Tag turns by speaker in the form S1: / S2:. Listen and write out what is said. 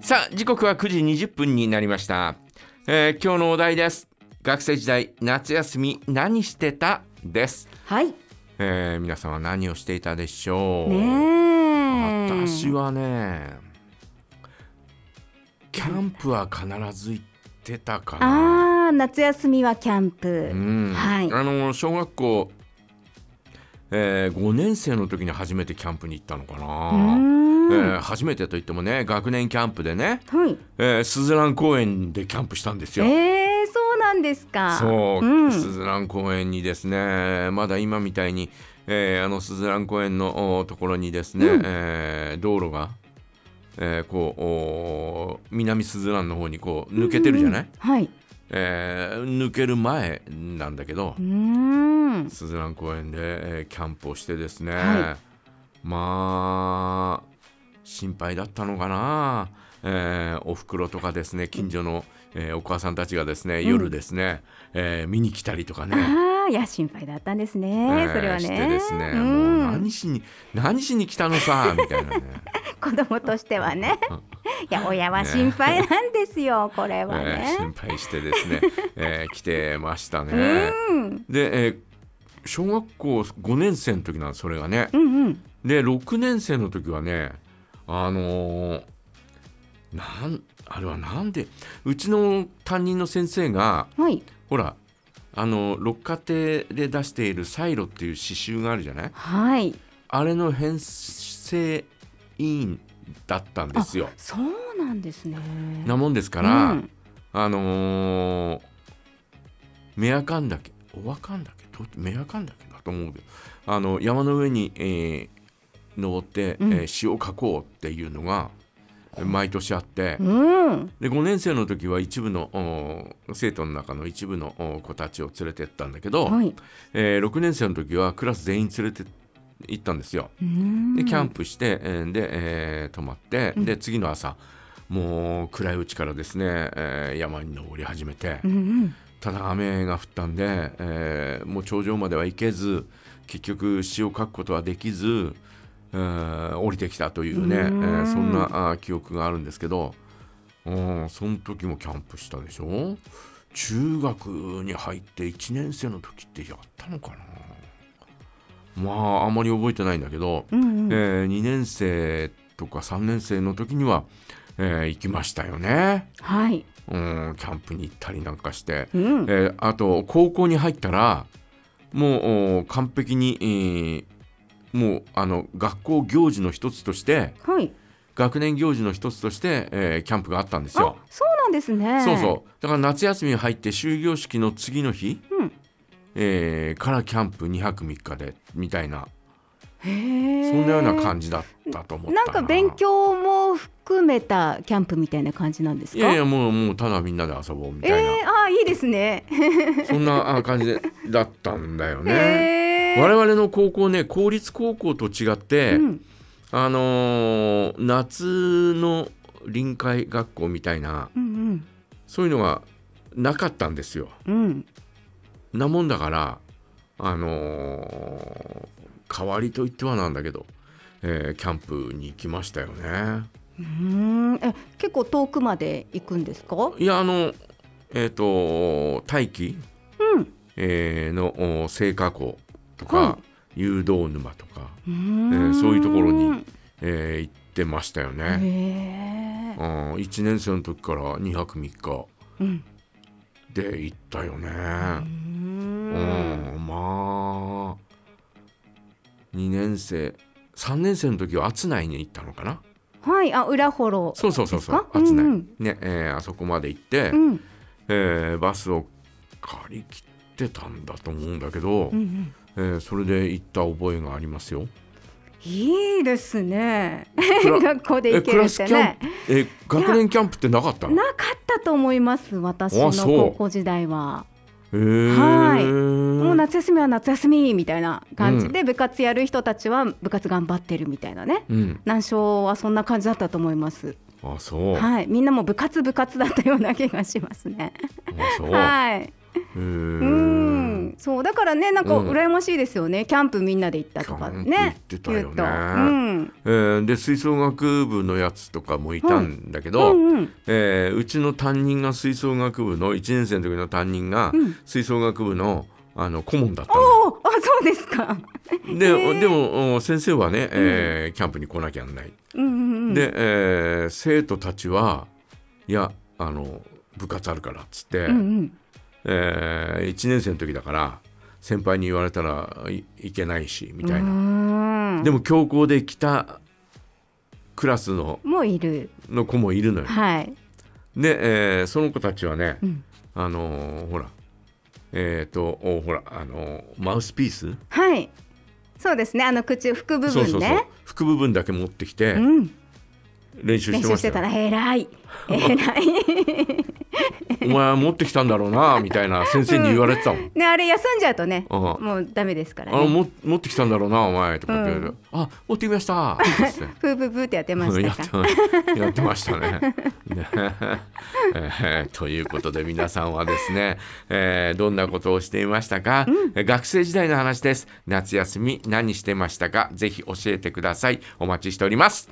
S1: さあ時刻は9時20分になりました、えー今日のお題です学生時代夏休み何してたです、
S2: はい。
S1: えー皆さんは何をしていたでしょう、
S2: ねえ。
S1: 私はねキャンプは必ず行ってたかな
S2: ああ、夏休みはキャンプ。
S1: うん
S2: はい。
S1: あの小学校、え5年生の時に初めてキャンプに行ったのか
S2: うー
S1: な、え
S2: ん。
S1: ー初めてといってもね学年キャンプでね、
S2: はい。
S1: えー、スズラン公園でキャンプしたんですよ。
S2: ええー、そうなんですか。
S1: そう、
S2: うん。
S1: スズラン公園にですねまだ今みたいに、えーあのスズラン公園のおところにですね、えー道路が、えーこうお南スズランの方にこう抜けてるじゃない、
S2: はい。う
S1: えー抜ける前なんだけど、
S2: ーん。
S1: スズラン公園で、えーキャンプをしてですね、
S2: は
S1: まあ心配だったのかな、えーおふくろとかですね近所の、えーお母さんたちがですね夜ですね、えー見に来たりとかね。
S2: ああ、いや、心配だったんですね。
S1: えー
S2: それはね。
S1: してですね、
S2: う
S1: もうん何しに何しに来たの さみたいなね
S2: 子供としては ね。いや、親は心配なんですよ、これ
S1: え
S2: は
S1: ー
S2: ね。
S1: 心配してですね、えー来てましたね。
S2: うん。
S1: で、えー小学校5年生の時なんですそれがね。
S2: うんうん。
S1: で6年生の時はねあのーなんあれはなんでうちの担任の先生が
S2: はい。
S1: ほらあの六花亭で出している「サイロ」っていう詩集があるじゃない
S2: はい。
S1: あれの編成委員だったんですよ。
S2: そうなんですね。
S1: なもんですから、
S2: うん
S1: あのー、メアカンだけおわかんだけどメアカンだけだと思うけどあの山の上に、えー登って、
S2: うん
S1: えー詩を書こうっていうのがえー毎年あって、
S2: うん。
S1: で5年生の時は一部のおー生徒の中の一部のおー子たちを連れてったんだけど、
S2: はい。
S1: えー6年生の時はクラス全員連れて行ったんですよ。
S2: で
S1: でキャンプして、えーで、えー泊まってで次の朝もう暗いうちからですね、えー山に登り始めて
S2: うんうん、
S1: ただ雨が降ったんで、えーもう頂上までは行けず結局詩を書くことはできず、えー降りてきたというね
S2: う
S1: え
S2: ーん
S1: ーそんなあー記憶があるんですけどうんその時もキャンプしたでしょ中学に入って1年生の時ってやったのかなまああまり覚えてないんだけど、
S2: うんうん
S1: え2年生とか3年生の時には、えー行きましたよね。
S2: はい、
S1: うんキャンプに行ったりなんかして、
S2: うん、
S1: えーあと高校に入ったらもうお完璧に、えーもうあの学校行事の一つとして
S2: はい、
S1: 学年行事の一つとして、えーキャンプがあったんです
S2: あ
S1: よ。、
S2: そうなんですね。
S1: そうそうだから夏休みに入って終業式の次の日、
S2: うん
S1: えーからキャンプ2泊3日でみたいな
S2: う。へ
S1: そ
S2: え。
S1: んなような感じだったと思った
S2: なんか勉強も含めたキャンプみたいな感じなんです
S1: い
S2: か。
S1: やいやもうもうただみんなで遊ぼうみ
S2: え
S1: たいな、
S2: えああ、いいですね。
S1: そんなあ感じでだったんだよね。
S2: へえ。
S1: 我々の高校ね公立高校と違って、
S2: うん、
S1: あのー夏の臨海学校みたいな
S2: うん、
S1: そういうのがなかったんですよ。
S2: うん、うん、
S1: なもんだからあのー代わりといってはなんだけど、えーキャンプに行きましたよね。
S2: うーん、え、結構遠くまで行くんですか。
S1: いやあのえっ、と大気、
S2: うん
S1: えーのお聖火校と
S2: は
S1: か誘導沼とか、
S2: う
S1: え
S2: ーん
S1: ーそういうところに、えー行ってましたよね。
S2: へえ。
S1: あー1年生の時から2泊3日
S2: うん。
S1: で行ったよね
S2: うー
S1: うん
S2: ん。
S1: まあ2年生3年生の時は厚内に行ったのかな
S2: はい、あ、裏幌ロ。
S1: そうそうそうそう
S2: ですか
S1: 厚内、
S2: うんうん
S1: ね、えーあそこまで行って、
S2: うん、
S1: えーバスを借り切ってたんだと思うんだけど、
S2: うん、うん。
S1: えーそれで行った覚えがあります よ。
S2: いいですね。
S1: クラ
S2: 学校で
S1: え
S2: 行け
S1: ク
S2: る
S1: ラ
S2: っ
S1: スキ
S2: て
S1: ャン
S2: ね
S1: プ。え学年キャンプってなかったの
S2: なかったと思います。私の
S1: あそう
S2: 高校時代は。
S1: えー
S2: はいもう夏休みは夏休みみたいな感じで、部活やる人たちは部活頑張ってるみたいなね。
S1: うん、
S2: 南昌はそんな感じだったと思います。
S1: あそう、あ
S2: はい、みんなも部活部活だったような気がしますね。
S1: そう、
S2: は
S1: へ
S2: い。
S1: ー
S2: んうん、そうだからねなんか
S1: うん
S2: 羨ましいですよね、キャンプみんなで行ったとか
S1: キャン
S2: ね
S1: プ行ってたよね
S2: 言うとうん
S1: えーで吹奏楽部のやつとかもいたんだけど、
S2: うんうん
S1: えーうちの担任が吹奏楽部の1年生の時の担任が
S2: うん
S1: 吹奏楽部のあの顧問だったの
S2: おーあそうですか
S1: で、
S2: へえ
S1: でもお先生はね、えーキャンプに来なきゃなんない、
S2: うんうんうん
S1: で、えー生徒たちはいやあの部活あるからっつって、
S2: うんうん
S1: え1年生の時だから先輩に言われたらいいけないしみ
S2: う
S1: たいな、
S2: ーん
S1: でも強行で来たクラスの
S2: もういる
S1: の子もいるのよ
S2: はい、
S1: で、えーその子たちはね、
S2: うん、
S1: あのーほらえっ、とおほらあのーマウスピース、
S2: はいそうですねあの口腹部分ね
S1: そうそうそう副部分だけ持ってきて
S2: うん、
S1: 練習し
S2: 練
S1: てま
S2: 習
S1: し
S2: したて
S1: よ
S2: たら偉 い偉い
S1: お前は持ってきたんだろうなみた いな先生に言われてたもん、
S2: ねあれ休んじゃうとね
S1: ああ
S2: もうダメですから
S1: あの
S2: ね
S1: も持ってきたんだろうなお前とかって言われて、
S2: う
S1: あ持ってきましたって言って
S2: ふーぶぶって やって
S1: う
S2: ま
S1: ん
S2: し
S1: や
S2: た
S1: っ
S2: か
S1: てま やってましたね。ね えーということで皆さんはですね、えーどんなことをしていましたか、学生時代の話です。夏休み何してましたかぜひ教えてください。お待ちしております。